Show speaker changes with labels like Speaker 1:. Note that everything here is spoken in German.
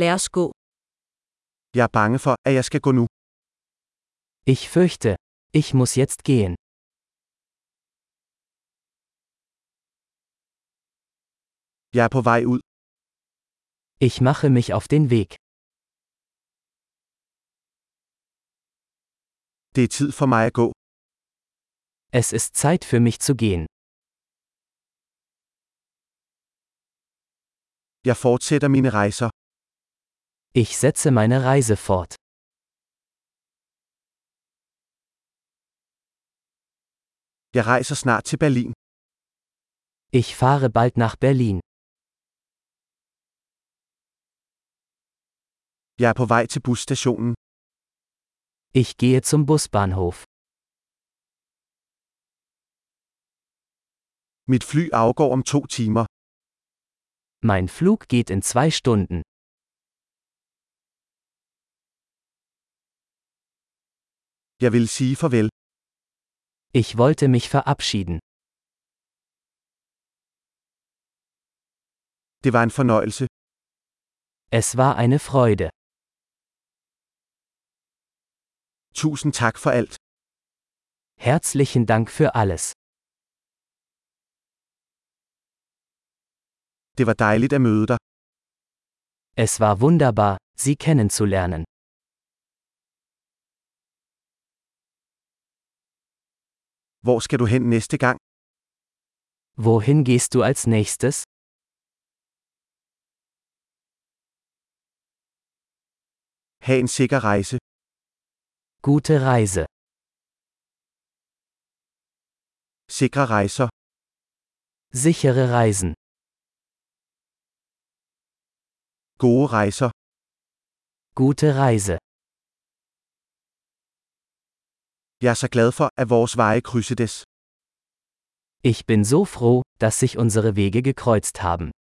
Speaker 1: Lad os gå.
Speaker 2: Jeg er bange for, at jeg skal gå nu.
Speaker 3: Ich fürchte, ich muss jetzt gehen.
Speaker 2: Jeg er på vej ud.
Speaker 3: Ich mache mich auf den Weg.
Speaker 2: Det er tid for mig at gå.
Speaker 3: Es ist Zeit für mich zu gehen.
Speaker 2: Jeg fortsætter mine rejser.
Speaker 3: Ich setze meine Reise fort.
Speaker 2: Jeg rejser snart til Berlin.
Speaker 3: Ich fahre bald nach Berlin.
Speaker 2: Jeg er på vej til busstationen.
Speaker 3: Ich gehe zum Busbahnhof.
Speaker 2: Mit fly afgår om to timer.
Speaker 3: Mein Flug geht in zwei Stunden.
Speaker 2: Jeg vil sige farvel.
Speaker 3: Ich wollte mich verabschieden.
Speaker 2: Det var en fornøjelse.
Speaker 3: Es war eine Freude.
Speaker 2: Tusind tak for alt.
Speaker 3: Herzlichen Dank für alles.
Speaker 2: Det var dejligt at møde dig.
Speaker 3: Es war wunderbar, Sie kennenzulernen.
Speaker 2: Hvor skal du hen næste gang?
Speaker 3: Wohin gehst du als nächstes?
Speaker 2: Ha' en sikker rejse.
Speaker 3: Gute Reise.
Speaker 2: Sikre rejser.
Speaker 3: Sichere Reisen.
Speaker 2: Gode rejser.
Speaker 3: Gute Reise.
Speaker 2: Jeg er så glad for, at vores veje krydsedes.
Speaker 3: Ich bin so froh, dass sich unsere Wege gekreuzt haben.